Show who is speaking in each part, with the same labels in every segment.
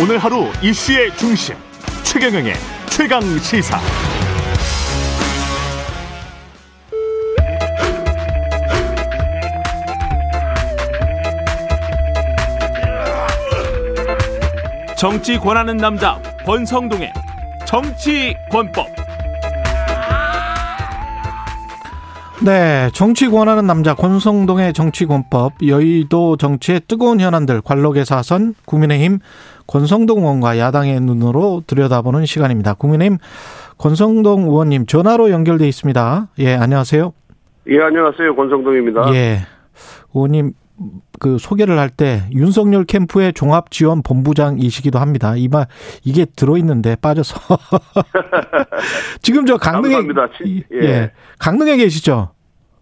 Speaker 1: 오늘 하루 이슈의 중심 최경영의 최강 시사.
Speaker 2: 정치 권하는 남자 권성동의 정치 권법
Speaker 3: 네, 정치 권하는 남자 권성동의 정치권법 여의도 정치의 뜨거운 현안들 관록의 사선 국민의힘 권성동 의원과 야당의 눈으로 들여다보는 시간입니다. 국민의힘 권성동 의원님 전화로 연결돼 있습니다. 예, 안녕하세요.
Speaker 4: 예, 안녕하세요. 권성동입니다.
Speaker 3: 예, 의원님 그 소개를 할 때 윤석열 캠프의 종합 지원 본부장이시기도 합니다. 이말 이게 들어 있는데 빠져서 지금 저 강릉에
Speaker 4: 감사합니다. 진-
Speaker 3: 예.
Speaker 4: 예.
Speaker 3: 강릉에 계시죠?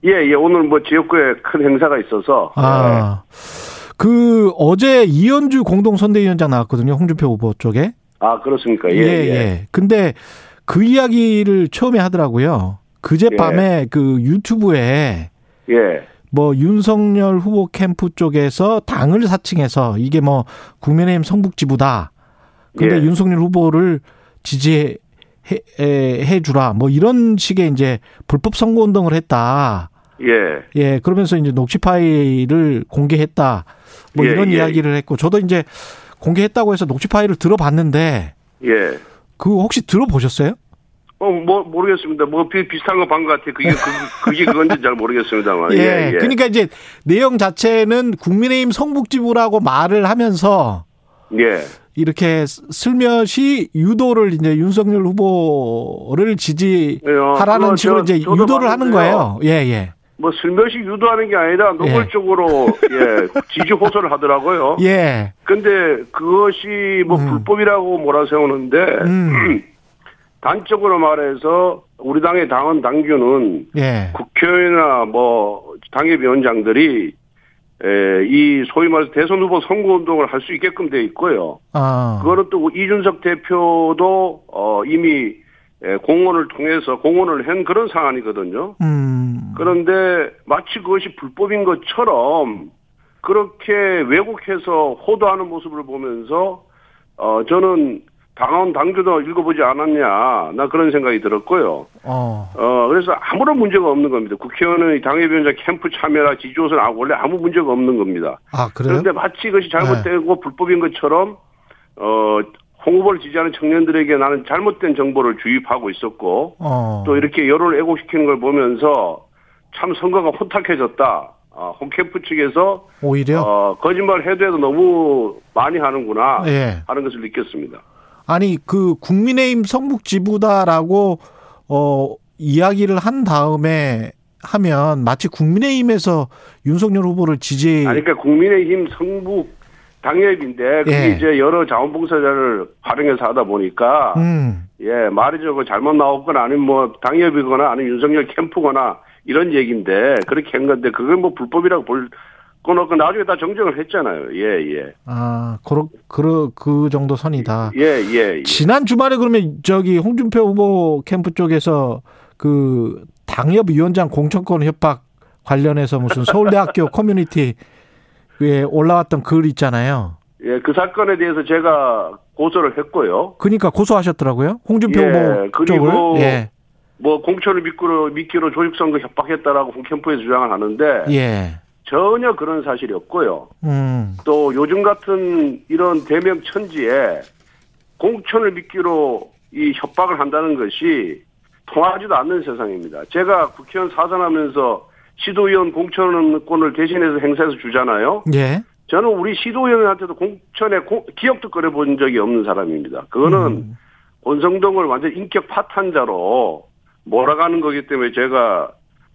Speaker 4: 예, 예. 오늘 뭐 지역구에 큰 행사가 있어서. 예.
Speaker 3: 아.
Speaker 4: 네.
Speaker 3: 그 어제 이현주 공동 선대위원장 나왔거든요. 홍준표 후보 쪽에.
Speaker 4: 예. 아, 그렇습니까? 예, 예.
Speaker 3: 근데 그 이야기를 처음에 하더라고요. 그제밤에 그 유튜브에
Speaker 4: 예.
Speaker 3: 뭐 윤석열 후보 캠프 쪽에서 당을 사칭해서 이게 뭐 국민의힘 성북지부다. 근데
Speaker 4: 예.
Speaker 3: 윤석열 후보를 지지해 해- 해 주라. 뭐 이런 식의 이제 불법 선거 운동을 했다.
Speaker 4: 예.
Speaker 3: 예, 그러면서 이제 녹취 파일을 공개했다. 뭐
Speaker 4: 예,
Speaker 3: 이런
Speaker 4: 예.
Speaker 3: 이야기를 했고 저도 이제 공개했다고 해서 녹취 파일을 들어봤는데
Speaker 4: 예.
Speaker 3: 그 혹시 들어보셨어요?
Speaker 4: 어, 뭐, 모르겠습니다. 뭐, 비, 비슷한 거 본 것 같아요. 그게, 그, 그게 그건지 잘 모르겠습니다만. 예, 예.
Speaker 3: 그러니까 이제 내용 자체는 국민의힘 성북지부라고 말을 하면서
Speaker 4: 예.
Speaker 3: 이렇게 슬며시 유도를 이제 윤석열 후보를
Speaker 4: 예,
Speaker 3: 지지하라는
Speaker 4: 어,
Speaker 3: 식으로
Speaker 4: 저-
Speaker 3: 이제
Speaker 4: 저도
Speaker 3: 유도를 하는 거예요.
Speaker 4: 봤는데요.
Speaker 3: 예, 예.
Speaker 4: 뭐, 슬며시 유도하는 게 아니라 노골적으로, 예. 지지 호소를 하더라고요.
Speaker 3: 예.
Speaker 4: 근데 그것이 뭐
Speaker 3: 음.
Speaker 4: 불법이라고 몰아세우는데,
Speaker 3: 음.
Speaker 4: 단적으로 말해서 우리 당의 당원 당규는
Speaker 3: 예.
Speaker 4: 국회의원이나 뭐 당협위원장들이 에, 이 소위 말해서 대선 후보 선거 운동을 할 수 있게끔 돼 있고요.
Speaker 3: 아.
Speaker 4: 그거는 또 이준석 대표도 어, 이미 에, 공언을 통해서 공언을 한 그런 사안이거든요.
Speaker 3: 음.
Speaker 4: 그런데 마치 그것이 불법인 것처럼 그렇게 왜곡해서 호도하는 모습을 보면서 어, 저는 당원 당규도 읽어보지 않았냐 나 그런 생각이 들었고요.
Speaker 3: 어.
Speaker 4: 어, 그래서 아무런 문제가 없는 겁니다. 국회의원의 당협위원장 캠프 참여나 지지조선 아, 원래 아무 문제가 없는 겁니다.
Speaker 3: 아, 그래요? 네.
Speaker 4: 그런데 마치 그것이 잘못되고 불법인 것처럼, 어, 홍 후보를 지지하는 청년들에게 나는 잘못된 정보를 주입하고 있었고,
Speaker 3: 어.
Speaker 4: 또 이렇게 여론을 애국시키는 걸 보면서 참 선거가 혼탁해졌다. 아, 홍 캠프 측에서,
Speaker 3: 오히려
Speaker 4: 어, 거짓말 해도 해도 너무 많이 하는구나.
Speaker 3: 예.
Speaker 4: 하는 것을 느꼈습니다.
Speaker 3: 아니 그 국민의힘 성북지부다라고 어 이야기를 한 다음에 하면 마치 국민의힘에서 윤석열 후보를 지지
Speaker 4: 아니, 그러니까 국민의힘 성북 당협인데 그게
Speaker 3: 예.
Speaker 4: 이제 여러 자원봉사자를 활용해서 하다 보니까
Speaker 3: 음.
Speaker 4: 예 말이 저거 잘못 나왔거나 아니면 뭐 당협이거나 아니면 윤석열 캠프거나 이런 얘기인데 그렇게 한 건데 그걸 뭐 불법이라고 볼 거는 그 나중에 다 정정을 했잖아요. 예예예예
Speaker 3: 아, 그러 그러 그 정도 선이다.
Speaker 4: 예, 예, 예.
Speaker 3: 지난 주말에 그러면 저기 홍준표 후보 캠프 쪽에서 그 당협 위원장 공천권 협박 관련해서 무슨 서울대학교 커뮤니티에 올라왔던 글 있잖아요.
Speaker 4: 예, 그 사건에 대해서 제가 고소를 했고요.
Speaker 3: 그러니까 고소하셨더라고요. 홍준표
Speaker 4: 예,
Speaker 3: 후보
Speaker 4: 그리고
Speaker 3: 쪽을 예.
Speaker 4: 뭐 공천을 믿기로 믿기로 조직선거 협박했다라고 홍 캠프에서 주장을 하는데
Speaker 3: 예.
Speaker 4: 전혀 그런 사실이 없고요.
Speaker 3: 음.
Speaker 4: 또 요즘 같은 이런 대명 천지에 공천을 미끼로 이 협박을 한다는 것이 통하지도 않는 세상입니다. 제가 국회의원 사선하면서 시도의원 공천권을 대신해서 행사해서 주잖아요.
Speaker 3: 예.
Speaker 4: 저는 우리 시도의원한테도 공천에 고- 기억도 꺼내본 적이 없는 사람입니다. 그거는
Speaker 3: 음.
Speaker 4: 권성동을 완전 인격 파탄자로 몰아가는 거기 때문에 제가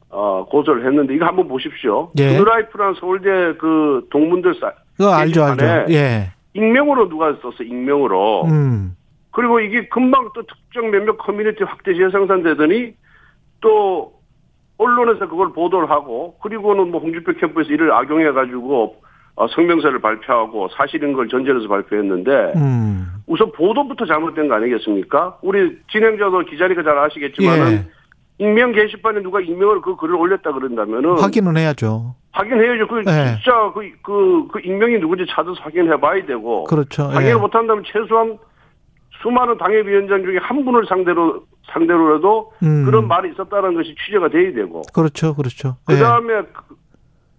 Speaker 4: 어, 고소를 했는데 이거 한번 보십시오.
Speaker 3: 예.
Speaker 4: 뉴라이프라는 서울대 그 동문들 사,
Speaker 3: 그거 알죠, 알죠.
Speaker 4: 게시판에
Speaker 3: 예.
Speaker 4: 익명으로 누가 썼어, 익명으로.
Speaker 3: 음.
Speaker 4: 그리고 이게 금방 또 특정 몇몇 커뮤니티 확대 재생산 되더니 또 언론에서 그걸 보도를 하고 그리고는 뭐 홍준표 캠프에서 이를 악용해가지고 어, 성명서를 발표하고 사실인 걸 전제로서 발표했는데
Speaker 3: 음.
Speaker 4: 우선 보도부터 잘못된 거 아니겠습니까? 우리 진행자도 기자니까 잘 아시겠지만은
Speaker 3: 예.
Speaker 4: 익명 게시판에 누가 익명으로 그 글을 올렸다 그런다면은
Speaker 3: 확인은 해야죠.
Speaker 4: 확인해야죠. 그
Speaker 3: 네.
Speaker 4: 진짜 그, 그, 그 익명이 누군지 찾아서 확인해봐야 되고
Speaker 3: 그렇죠. 예.
Speaker 4: 확인을 못한다면 최소한 수많은 당협위원장 중에 한 분을 상대로 상대로라도
Speaker 3: 음.
Speaker 4: 그런 말이 있었다는 것이 취재가 돼야 되고
Speaker 3: 그렇죠, 그렇죠. 예.
Speaker 4: 그 다음에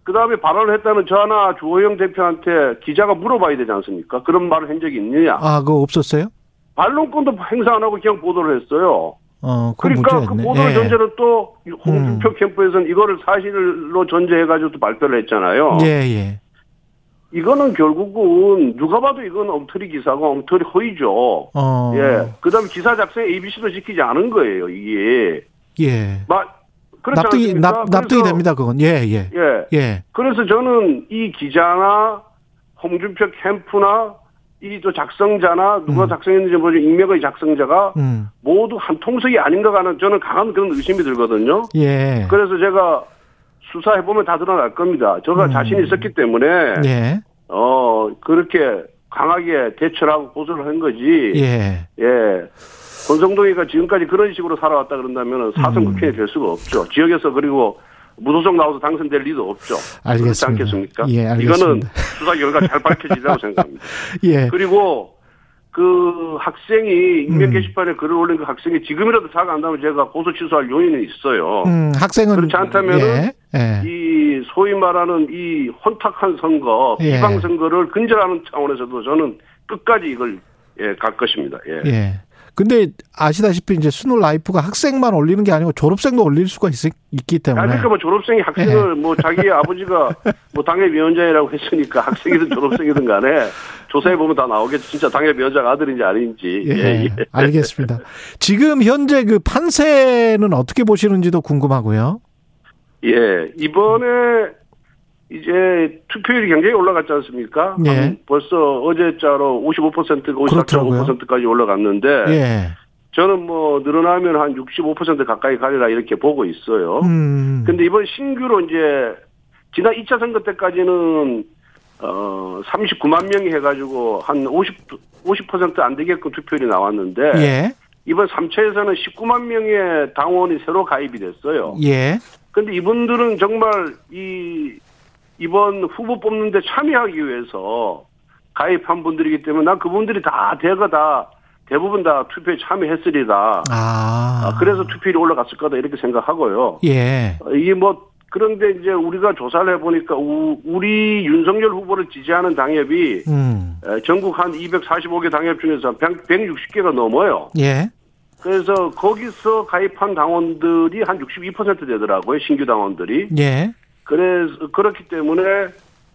Speaker 4: 그 다음에 발언을 했다는 저나 주호영 대표한테 기자가 물어봐야 되지 않습니까? 그런 말을 한 적이 있느냐?
Speaker 3: 아, 그거 없었어요?
Speaker 4: 반론권도 행사 안 하고 그냥 보도를 했어요.
Speaker 3: 어, 그건
Speaker 4: 그러니까 그
Speaker 3: 문제였네.
Speaker 4: 보도를
Speaker 3: 예. 음.
Speaker 4: 전제로 또 홍준표 캠프에서는 이거를 사실로 전제해가지고 또 발표를 했잖아요.
Speaker 3: 예, 예.
Speaker 4: 이거는 결국은 누가 봐도 이건 엉터리 기사고 엉터리 허위죠.
Speaker 3: 어,
Speaker 4: 예. 그 다음에 기사 작성에 ABC도 지키지 않은 거예요, 이게.
Speaker 3: 예.
Speaker 4: 마, 그렇지
Speaker 3: 납득이,
Speaker 4: 않습니까?
Speaker 3: 납, 납득이
Speaker 4: 그래서-
Speaker 3: 됩니다, 그건. 예, 예.
Speaker 4: 예.
Speaker 3: 예.
Speaker 4: 그래서 저는 이 기자나 홍준표 캠프나 이 또 작성자나 누가 작성했는지 모르죠. 익명의 작성자가
Speaker 3: 음.
Speaker 4: 모두 한 통속이 아닌가 하는 저는 강한 그런 의심이 들거든요.
Speaker 3: 예.
Speaker 4: 그래서 제가 수사해보면 다 드러날 겁니다.
Speaker 3: 음.
Speaker 4: 제가 자신이 있었기 때문에,
Speaker 3: 예.
Speaker 4: 어, 그렇게 강하게 대처를 하고 고소를 한 거지.
Speaker 3: 예.
Speaker 4: 예. 권성동이가 지금까지 그런 식으로 살아왔다 그런다면 사선
Speaker 3: 음.
Speaker 4: 국회의원이 될 수가 없죠. 지역에서 그리고 무소속 나와서 당선될 리도 없죠. 그렇지
Speaker 3: 알겠습니다.
Speaker 4: 않겠습니까?
Speaker 3: 예, 알겠습니다.
Speaker 4: 이거는 수사 결과 잘 밝혀지라고 생각합니다.
Speaker 3: 예.
Speaker 4: 그리고 그 학생이 익명
Speaker 3: 음.
Speaker 4: 게시판에 글을 올린 그 학생이 지금이라도 사과 안 하면 제가 고소 취소할 요인이 있어요.
Speaker 3: 음, 학생은.
Speaker 4: 그렇지 않다면은
Speaker 3: 예. 예.
Speaker 4: 이 소위 말하는 이 혼탁한 선거,
Speaker 3: 예.
Speaker 4: 비방 선거를 근절하는 차원에서도 저는 끝까지 이걸 예, 갈 것입니다. 예.
Speaker 3: 예. 근데 아시다시피 이제 스노 라이프가 학생만 올리는 게 아니고 졸업생도 올릴 수가 있, 있기
Speaker 4: 아,
Speaker 3: 때문에. 네.
Speaker 4: 그러니까 뭐 졸업생이 학생을 뭐 자기 아버지가 뭐 당협위원장이라고 했으니까 학생이든 졸업생이든 간에 조사해 보면 다 나오겠죠. 진짜 당협위원장 아들인지 아닌지.
Speaker 3: 예, 알겠습니다. 지금 현재 그 판세는 어떻게 보시는지도 궁금하고요.
Speaker 4: 예, 이번에 이제 투표율이 굉장히 올라갔지 않습니까?
Speaker 3: 예.
Speaker 4: 한 벌써 어제자로 55%가
Speaker 3: 그렇더라고요.
Speaker 4: 54.5%까지 올라갔는데
Speaker 3: 예.
Speaker 4: 저는 뭐 늘어나면 한 65% 가까이 가리라 이렇게 보고 있어요.
Speaker 3: 음.
Speaker 4: 근데 이번 신규로 이제 지난 2차 선거 때까지는 어 39만 명이 해가지고 한 50, 50%안 되게끔 투표율이 나왔는데
Speaker 3: 예.
Speaker 4: 이번 3차에서는 19만 명의 당원이 새로 가입이 됐어요.
Speaker 3: 예.
Speaker 4: 근데 이분들은 정말 이 이번 후보 뽑는데 참여하기 위해서 가입한 분들이기 때문에 난 그분들이 다 대거 다 대부분 다 투표에 참여했으리다.
Speaker 3: 아.
Speaker 4: 아, 그래서 투표율이 올라갔을 거다 이렇게 생각하고요.
Speaker 3: 예.
Speaker 4: 어, 이게 뭐 그런데 이제 우리가 조사를 해보니까 우- 우리 윤석열 후보를 지지하는 당협이
Speaker 3: 음.
Speaker 4: 에, 전국 한 245개 당협 중에서 한 100, 160개가 넘어요.
Speaker 3: 예.
Speaker 4: 그래서 거기서 가입한 당원들이 한 62% 되더라고요. 신규 당원들이.
Speaker 3: 예.
Speaker 4: 그래서 그렇기 때문에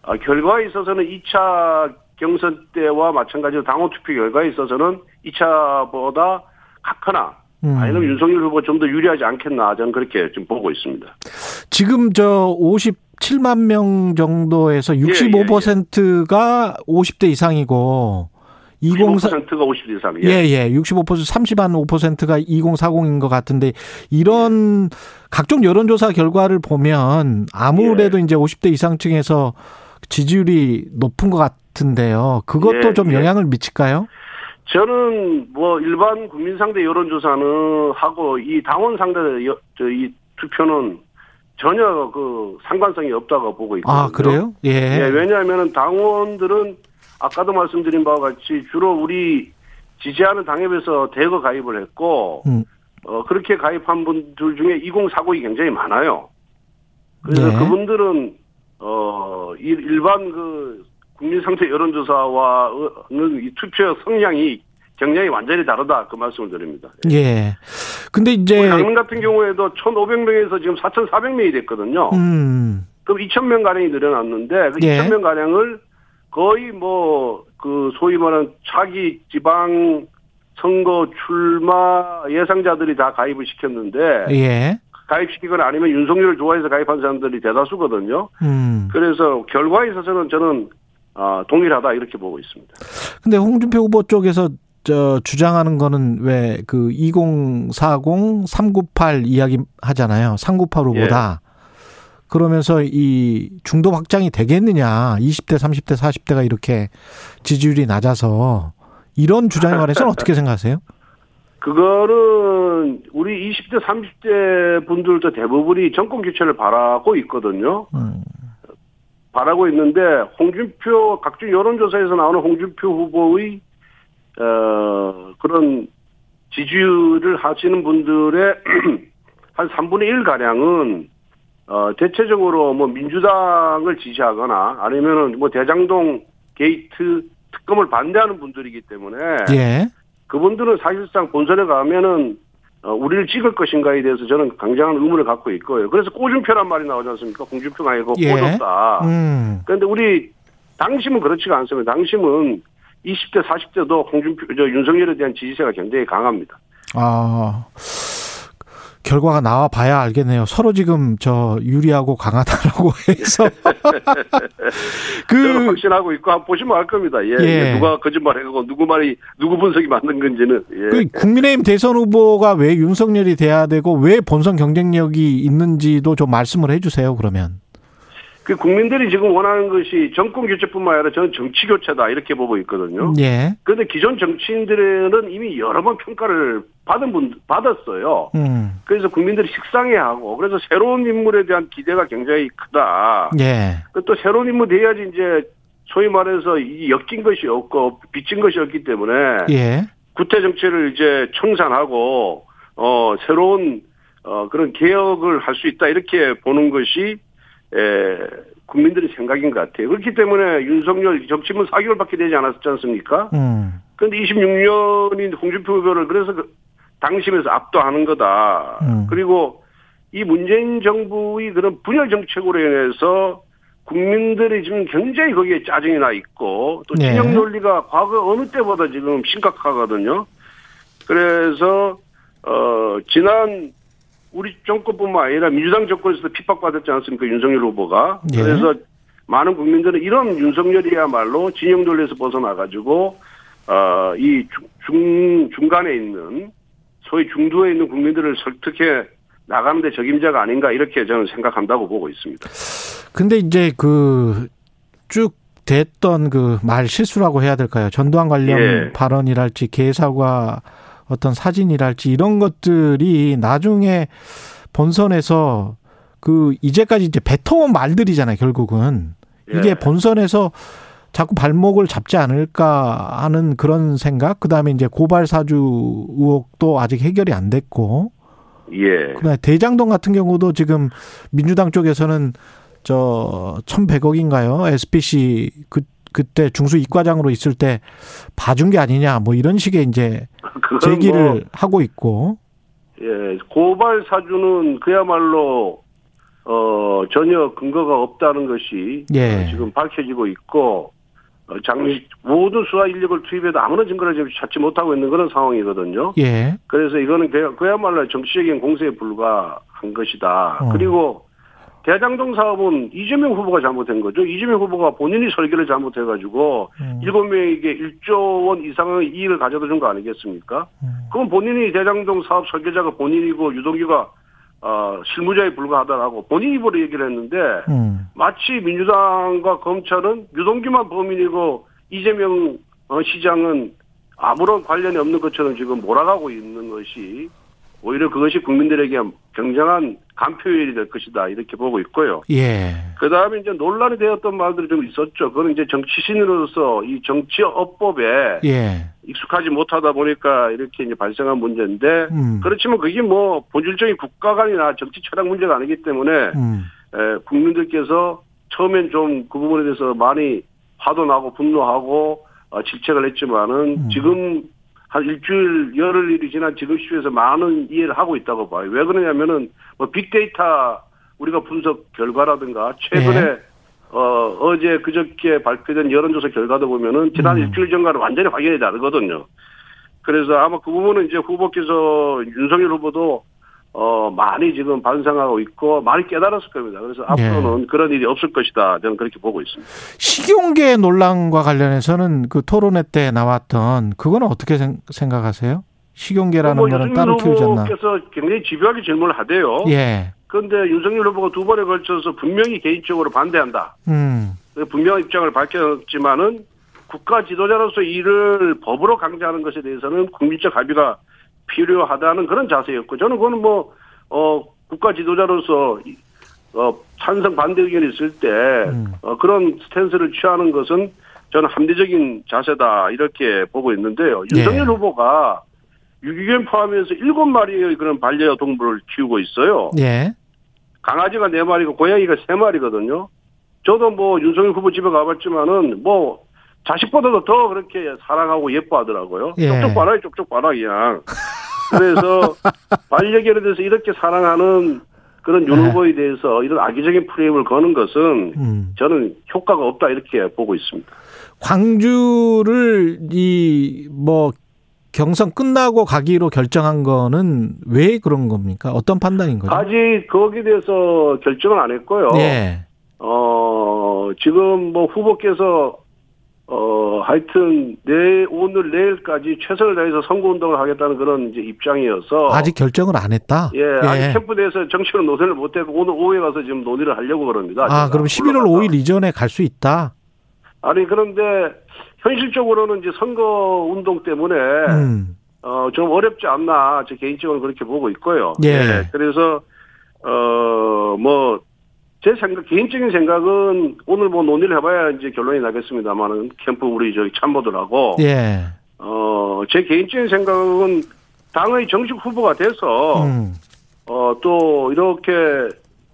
Speaker 4: 아, 결과에 있어서는 2차 경선 때와 마찬가지로 당원 투표 결과에 있어서는 2차보다 같거나
Speaker 3: 음.
Speaker 4: 아니면 윤석열 후보 좀 더 유리하지 않겠나 저는 그렇게 지금 보고 있습니다.
Speaker 3: 지금 저 57만 명 정도에서
Speaker 4: 예,
Speaker 3: 65%가 50대 이상이고 2040
Speaker 4: 15%가 50 이상. 예.
Speaker 3: 예, 예. 65% 30한 5%가 2040인 것 같은데 이런 각종 여론조사 결과를 보면 아무래도 이제 50대 이상층에서 지지율이 높은 것 같은데요. 그것도
Speaker 4: 예,
Speaker 3: 좀
Speaker 4: 예.
Speaker 3: 영향을 미칠까요?
Speaker 4: 저는 뭐 일반 국민 상대 여론조사는 하고 이 당원 상대 여- 저이 투표는 전혀 그 상관성이 없다고 보고 있거든요.
Speaker 3: 아, 그래요? 예.
Speaker 4: 예, 왜냐하면은 당원들은 아까도 말씀드린 바와 같이 주로 우리 지지하는 당협에서 대거 가입을 했고
Speaker 3: 음.
Speaker 4: 어, 그렇게 가입한 분들 중에 2040이 굉장히 많아요. 그래서
Speaker 3: 네.
Speaker 4: 그분들은 어 일- 일반 그 국민 상태 여론조사와는 이 투표 성향이 경향이 완전히 다르다 그 말씀을 드립니다.
Speaker 3: 예. 근데
Speaker 4: 우리
Speaker 3: 이제
Speaker 4: 강릉 같은 경우에도 1,500명에서 지금 4,400명이 됐거든요.
Speaker 3: 음.
Speaker 4: 그럼 2,000명 가량이 늘어났는데 그
Speaker 3: 예.
Speaker 4: 2,000명 가량을 거의 뭐 그 소위 말하는 차기 지방 선거 출마 예상자들이 다 가입을 시켰는데
Speaker 3: 예.
Speaker 4: 가입시키거나 아니면 윤석열을 좋아해서 가입한 사람들이 대다수거든요.
Speaker 3: 음.
Speaker 4: 그래서 결과에 있어서는 저는 아, 동일하다 이렇게 보고 있습니다.
Speaker 3: 근데 홍준표 후보 쪽에서 저 주장하는 거는 왜 그 2040, 398 이야기 하잖아요. 398 후보다. 그러면서 이 중도 확장이 되겠느냐. 20대, 30대, 40대가 이렇게 지지율이 낮아서 이런 주장에 관해서는 어떻게 생각하세요?
Speaker 4: 그거는 우리 20대, 30대 분들도 대부분이 정권 교체를 바라고 있거든요.
Speaker 3: 음.
Speaker 4: 바라고 있는데 홍준표 각종 여론조사에서 나오는 홍준표 후보의 어, 그런 지지율을 하시는 분들의 한 3분의 1 가량은 어, 대체적으로 뭐 민주당을 지지하거나 아니면은 뭐 대장동 게이트 특검을 반대하는 분들이기 때문에
Speaker 3: 예.
Speaker 4: 그분들은 사실상 본선에 가면은 어, 우리를 찍을 것인가에 대해서 저는 강장한 의문을 갖고 있고요. 그래서 꼬준표란 말이 나오지 않습니까? 공준표가 아니고
Speaker 3: 예.
Speaker 4: 꼬졌다.
Speaker 3: 음.
Speaker 4: 그런데 우리 당심은 그렇지가 않습니다. 당심은 20대, 40대도 홍준표, 저 윤석열에 대한 지지세가 굉장히 강합니다.
Speaker 3: 아. 결과가 나와 봐야 알겠네요. 서로 지금 저 유리하고 강하다라고 해서
Speaker 4: 저는
Speaker 3: 그
Speaker 4: 확신하고 있고 한번 보시면 알 겁니다. 예,
Speaker 3: 예.
Speaker 4: 예, 누가 거짓말하고 누구 말이 누구 분석이 맞는 건지는 예.
Speaker 3: 그 국민의힘 대선 후보가 왜 윤석열이 돼야 되고 왜 본선 경쟁력이 있는지도 좀 말씀을 해주세요. 그러면
Speaker 4: 그 국민들이 지금 원하는 것이 정권 교체뿐만 아니라 저는 정치 교체다 이렇게 보고 있거든요.
Speaker 3: 예,
Speaker 4: 그런데 기존 정치인들은 이미 여러 번 평가를 받은 분 받았어요.
Speaker 3: 음,
Speaker 4: 그래서 국민들이 식상해하고 그래서 새로운 인물에 대한 기대가 굉장히 크다.
Speaker 3: 예,
Speaker 4: 그또 새로운 인물 돼야지 이제 소위 말해서 이 엮인 것이 없고 비친 것이 없기 때문에
Speaker 3: 예,
Speaker 4: 구태 정치를 이제 청산하고 어 새로운 어 그런 개혁을 할 수 있다 이렇게 보는 것이 에 국민들의 생각인 것 같아요. 그렇기 때문에 윤석열 정치문 4개월밖에 되지 않았지 않습니까?
Speaker 3: 음,
Speaker 4: 그런데 26년인 홍준표 후보를 그래서 그 당심에서 압도하는 거다.
Speaker 3: 음.
Speaker 4: 그리고 이 문재인 정부의 그런 분열 정책으로 인해서 국민들이 지금 굉장히 거기에 짜증이 나 있고 또
Speaker 3: 네.
Speaker 4: 진영 논리가 과거 어느 때보다 지금 심각하거든요. 그래서 어 지난 우리 정권뿐만 아니라 민주당 정권에서도 핍박받았지 않습니까 윤석열 후보가
Speaker 3: 예.
Speaker 4: 그래서 많은 국민들은 이런 윤석열이야말로 진영 논리에서 벗어나가지고 어이 중 중간에 있는 소위 중도에 있는 국민들을 설득해 나가는데 적임자가 아닌가 이렇게 저는 생각한다고 보고 있습니다.
Speaker 3: 근데 이제 그 쭉 됐던 그 말 실수라고 해야 될까요? 전두환 관련
Speaker 4: 예.
Speaker 3: 발언이랄지 개사과 어떤 사진이랄지 이런 것들이 나중에 본선에서 그 이제까지 이제 뱉어온 말들이잖아요. 결국은 이게
Speaker 4: 예.
Speaker 3: 본선에서 자꾸 발목을 잡지 않을까 하는 그런 생각. 그다음에 이제 고발 사주 의혹도 아직 해결이 안 됐고.
Speaker 4: 예.
Speaker 3: 그다음에 대장동 같은 경우도 지금 민주당 쪽에서는 저 1,100억인가요? SPC 그 그때 중수 이과장으로 있을 때 봐준 게 아니냐 뭐 이런 식의 이제
Speaker 4: 그건
Speaker 3: 제기를
Speaker 4: 뭐
Speaker 3: 하고 있고
Speaker 4: 예, 고발 사주는 그야말로 어 전혀 근거가 없다는 것이
Speaker 3: 예.
Speaker 4: 어, 지금 밝혀지고 있고 어, 장례 모든 수사 인력을 투입해도 아무런 증거를 지금 찾지 못하고 있는 그런 상황이거든요.
Speaker 3: 예.
Speaker 4: 그래서 이거는 그야- 그야말로 정치적인 공세에 불과한 것이다.
Speaker 3: 어.
Speaker 4: 그리고 대장동 사업은 이재명 후보가 잘못된 거죠. 이재명 후보가 본인이 설계를 잘못해가지고
Speaker 3: 음.
Speaker 4: 일곱 명에게 1조 원 이상의 이익을 가져다 준 거 아니겠습니까? 그건 본인이 대장동 사업 설계자가 본인이고 유동규가 어, 실무자에 불과하다라고 본인 입으로 얘기를 했는데
Speaker 3: 음.
Speaker 4: 마치 민주당과 검찰은 유동규만 범인이고 이재명 어, 시장은 아무런 관련이 없는 것처럼 지금 몰아가고 있는 것이 오히려 그것이 국민들에게 굉장한 간표일이 될 것이다 이렇게 보고 있고요.
Speaker 3: 예.
Speaker 4: 그 다음에 이제 논란이 되었던 말들이 좀 있었죠. 그건 이제 정치신으로서 이 정치업법에
Speaker 3: 예.
Speaker 4: 익숙하지 못하다 보니까 이렇게 이제 발생한 문제인데
Speaker 3: 음.
Speaker 4: 그렇지만 그게 뭐 본질적인 국가 간이나 정치 철학 문제가 아니기 때문에
Speaker 3: 음.
Speaker 4: 에, 국민들께서 처음엔 좀 그 부분에 대해서 많이 화도 나고 분노하고 어, 질책을 했지만은
Speaker 3: 음.
Speaker 4: 지금 한 일주일 열흘이 지난 지금 시점에서 많은 이해를 하고 있다고 봐요. 왜 그러냐면은 뭐 빅데이터 우리가 분석 결과라든가 최근에
Speaker 3: 네.
Speaker 4: 어, 어제 그저께 발표된 여론조사 결과도 보면은 지난
Speaker 3: 음.
Speaker 4: 일주일 전과는 완전히 확연히 다르거든요. 그래서 아마 그 부분은 이제 후보께서 윤석열 후보도 어, 많이 지금 반성하고 있고 많이 깨달았을 겁니다. 그래서
Speaker 3: 네.
Speaker 4: 앞으로는 그런 일이 없을 것이다. 저는 그렇게 보고 있습니다.
Speaker 3: 식용계 논란과 관련해서는 그 토론회 때 나왔던 그거는 어떻게 생- 생각하세요? 식용계라는
Speaker 4: 뭐
Speaker 3: 거는
Speaker 4: 윤석열
Speaker 3: 따로 키우지 않나?
Speaker 4: 후보께서 굉장히 집요하게 질문을 하대요.
Speaker 3: 예.
Speaker 4: 그런데 윤석열 후보가 두 번에 걸쳐서 분명히 개인적으로 반대한다.
Speaker 3: 음.
Speaker 4: 그래서 분명한 입장을 밝혔지만은 국가 지도자로서 이를 법으로 강제하는 것에 대해서는 국민적 합의가 필요하다는 그런 자세였고 저는 그거는 뭐, 어, 국가 지도자로서 이- 어, 어, 찬성 반대 의견이 있을 때
Speaker 3: 음.
Speaker 4: 어, 그런 스탠스를 취하는 것은 저는 합리적인 자세다 이렇게 보고 있는데요.
Speaker 3: 예.
Speaker 4: 윤석열 후보가 유기견 포함해서 일곱 마리의 그런 반려동물을 키우고 있어요.
Speaker 3: 예.
Speaker 4: 강아지가 네 마리고 고양이가 세 마리거든요. 저도 뭐 윤석열 후보 집에 가봤지만은 뭐 자식보다도 더 그렇게 사랑하고 예뻐하더라고요.
Speaker 3: 예.
Speaker 4: 쪽쪽 봐라, 쪽쪽 봐라 그냥. 그래서 반려견에 대해서 이렇게 사랑하는 그런 윤
Speaker 3: 네.
Speaker 4: 후보에 대해서 이런 악의적인 프레임을 거는 것은
Speaker 3: 음.
Speaker 4: 저는 효과가 없다 이렇게 보고 있습니다.
Speaker 3: 광주를 이 뭐 경선 끝나고 가기로 결정한 거는 왜 그런 겁니까? 어떤 판단인 거죠?
Speaker 4: 아직 거기에 대해서 결정은 안 했고요.
Speaker 3: 예.
Speaker 4: 어, 지금 뭐 후보께서 어, 하여튼 내 오늘 내일까지 최선을 다해서 선거 운동을 하겠다는 그런 이제 입장이어서
Speaker 3: 아직 결정을 안 했다.
Speaker 4: 예, 아직 캠프 내에서 정치로 논의를 못 했고 오늘 오후에 가서 지금 논의를 하려고 그럽니다.
Speaker 3: 아,
Speaker 4: 제가
Speaker 3: 그럼 11월
Speaker 4: 올라가서.
Speaker 3: 5일 이전에 갈 수 있다.
Speaker 4: 아니 그런데 현실적으로는 이제 선거 운동 때문에
Speaker 3: 음.
Speaker 4: 어, 좀 어렵지 않나, 저 개인적으로 그렇게 보고 있고요. 네,
Speaker 3: 예.
Speaker 4: 그래서, 어, 뭐, 제 생각, 개인적인 생각은 오늘 뭐 논의를 해봐야 이제 결론이 나겠습니다만은 캠프 우리 저기 참모들하고,
Speaker 3: 예.
Speaker 4: 어, 제 개인적인 생각은 당의 정식 후보가 돼서,
Speaker 3: 음.
Speaker 4: 어, 또 이렇게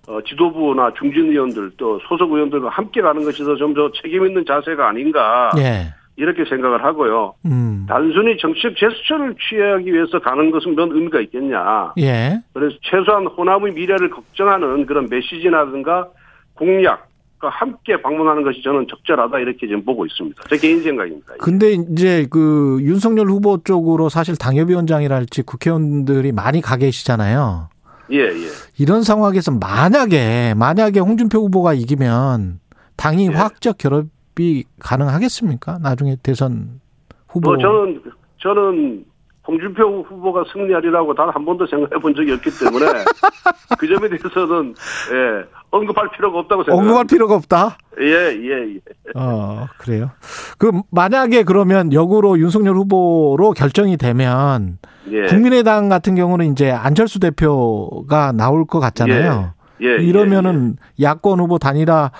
Speaker 4: 어, 지도부나 중진 의원들 또 소속 의원들과 함께 가는 것이 더 좀 더 책임있는 자세가 아닌가,
Speaker 3: 예.
Speaker 4: 이렇게 생각을 하고요.
Speaker 3: 음.
Speaker 4: 단순히 정치적 제스처를 취하기 위해서 가는 것은 몇 의미가 있겠냐.
Speaker 3: 예.
Speaker 4: 그래서 최소한 호남의 미래를 걱정하는 그런 메시지라든가 공약과 그러니까 함께 방문하는 것이 저는 적절하다 이렇게 지금 보고 있습니다. 제 개인 생각입니다.
Speaker 3: 근데 이제 그 윤석열 후보 쪽으로 사실 당협위원장이랄지 국회의원들이 많이 가 계시잖아요.
Speaker 4: 예, 예.
Speaker 3: 이런 상황에서 만약에 만약에 홍준표 후보가 이기면 당이
Speaker 4: 예.
Speaker 3: 화학적 결합이 가능하겠습니까? 나중에 대선 후보.
Speaker 4: 뭐 저는 저는 홍준표 후보가 승리하리라고 단 한 번도 생각해 본 적이 없기 때문에 그 점에 대해서는 예, 언급할 필요가 없다고 생각합니다.
Speaker 3: 언급할 필요가 없다.
Speaker 4: 예, 예, 예.
Speaker 3: 어 그래요. 그 만약에 그러면 역으로 윤석열 후보로 결정이 되면
Speaker 4: 예.
Speaker 3: 국민의당 같은 경우는 이제 안철수 대표가 나올 것 같잖아요.
Speaker 4: 예, 예,
Speaker 3: 이러면은 야권 후보 단일화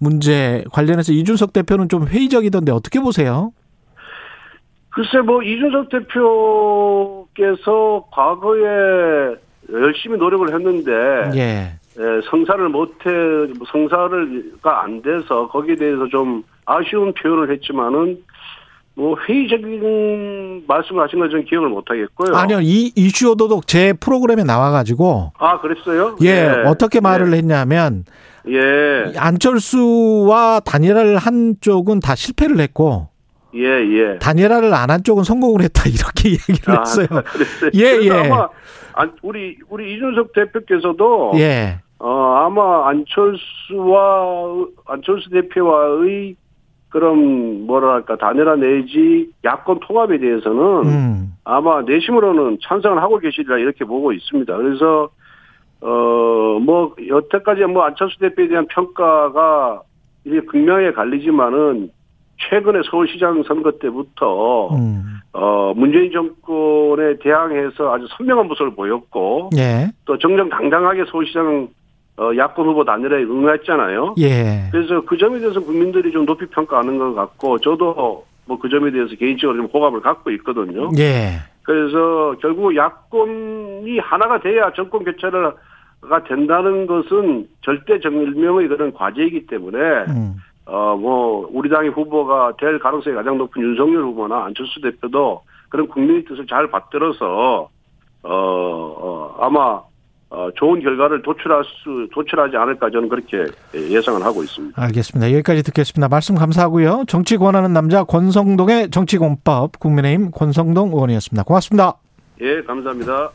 Speaker 3: 문제 관련해서 이준석 대표는 좀 회의적이던데 어떻게 보세요?
Speaker 4: 글쎄 뭐 이준석 대표께서 과거에 열심히 노력을 했는데
Speaker 3: 예.
Speaker 4: 예, 성사를 못해 성사를가 안 돼서 거기에 대해서 좀 아쉬운 표현을 했지만은 뭐 회의적인 말씀하신 걸 저는 기억을 못 하겠고요.
Speaker 3: 아니요, 이 이슈 오도독 제 프로그램에 나와가지고
Speaker 4: 아 그랬어요?
Speaker 3: 예, 어떻게 말을 했냐면
Speaker 4: 예, 예,
Speaker 3: 안철수와 단일화를 한 쪽은 다 실패를 했고
Speaker 4: 예, 예.
Speaker 3: 단일화를 안 한 쪽은 성공을 했다 이렇게 얘기를
Speaker 4: 아,
Speaker 3: 했어요.
Speaker 4: 그랬어요.
Speaker 3: 예,
Speaker 4: 그래서
Speaker 3: 예.
Speaker 4: 아마 안- 우리 우리 이준석 대표께서도
Speaker 3: 예,
Speaker 4: 어, 아마 안철수와, 안철수 대표와의 그런, 뭐랄까, 단일화 내지 야권 통합에 대해서는
Speaker 3: 음,
Speaker 4: 아마 내심으로는 찬성을 하고 계시리라 이렇게 보고 있습니다. 그래서, 어, 뭐, 여태까지 뭐 안철수 대표에 대한 평가가 이게 극명하게 갈리지만은 최근에 서울시장 선거 때부터
Speaker 3: 음,
Speaker 4: 어 문재인 정권에 대항해서 아주 선명한 모습을 보였고
Speaker 3: 예,
Speaker 4: 또 정정당당하게 서울시장 어, 야권 후보 단일화에 응했잖아요.
Speaker 3: 예,
Speaker 4: 그래서 그 점에 대해서 국민들이 좀 높이 평가하는 것 같고 저도 뭐 그 점에 대해서 개인적으로 좀 호감을 갖고 있거든요. 네.
Speaker 3: 예,
Speaker 4: 그래서 결국 야권이 하나가 돼야 정권 교체를 가 된다는 것은 절대 정일명의 그런 과제이기 때문에
Speaker 3: 음,
Speaker 4: 어 뭐 우리 당의 후보가 될 가능성이 가장 높은 윤석열 후보나 안철수 대표도 그런 국민의 뜻을 잘 받들어서 어, 어, 아마 어, 좋은 결과를 도출할 수 도출하지 않을까 저는 그렇게 예상을 하고 있습니다.
Speaker 3: 알겠습니다. 여기까지 듣겠습니다. 말씀 감사하고요. 정치 권하는 남자 권성동의 정치공법 국민의힘 권성동 의원이었습니다. 고맙습니다.
Speaker 4: 예, 감사합니다.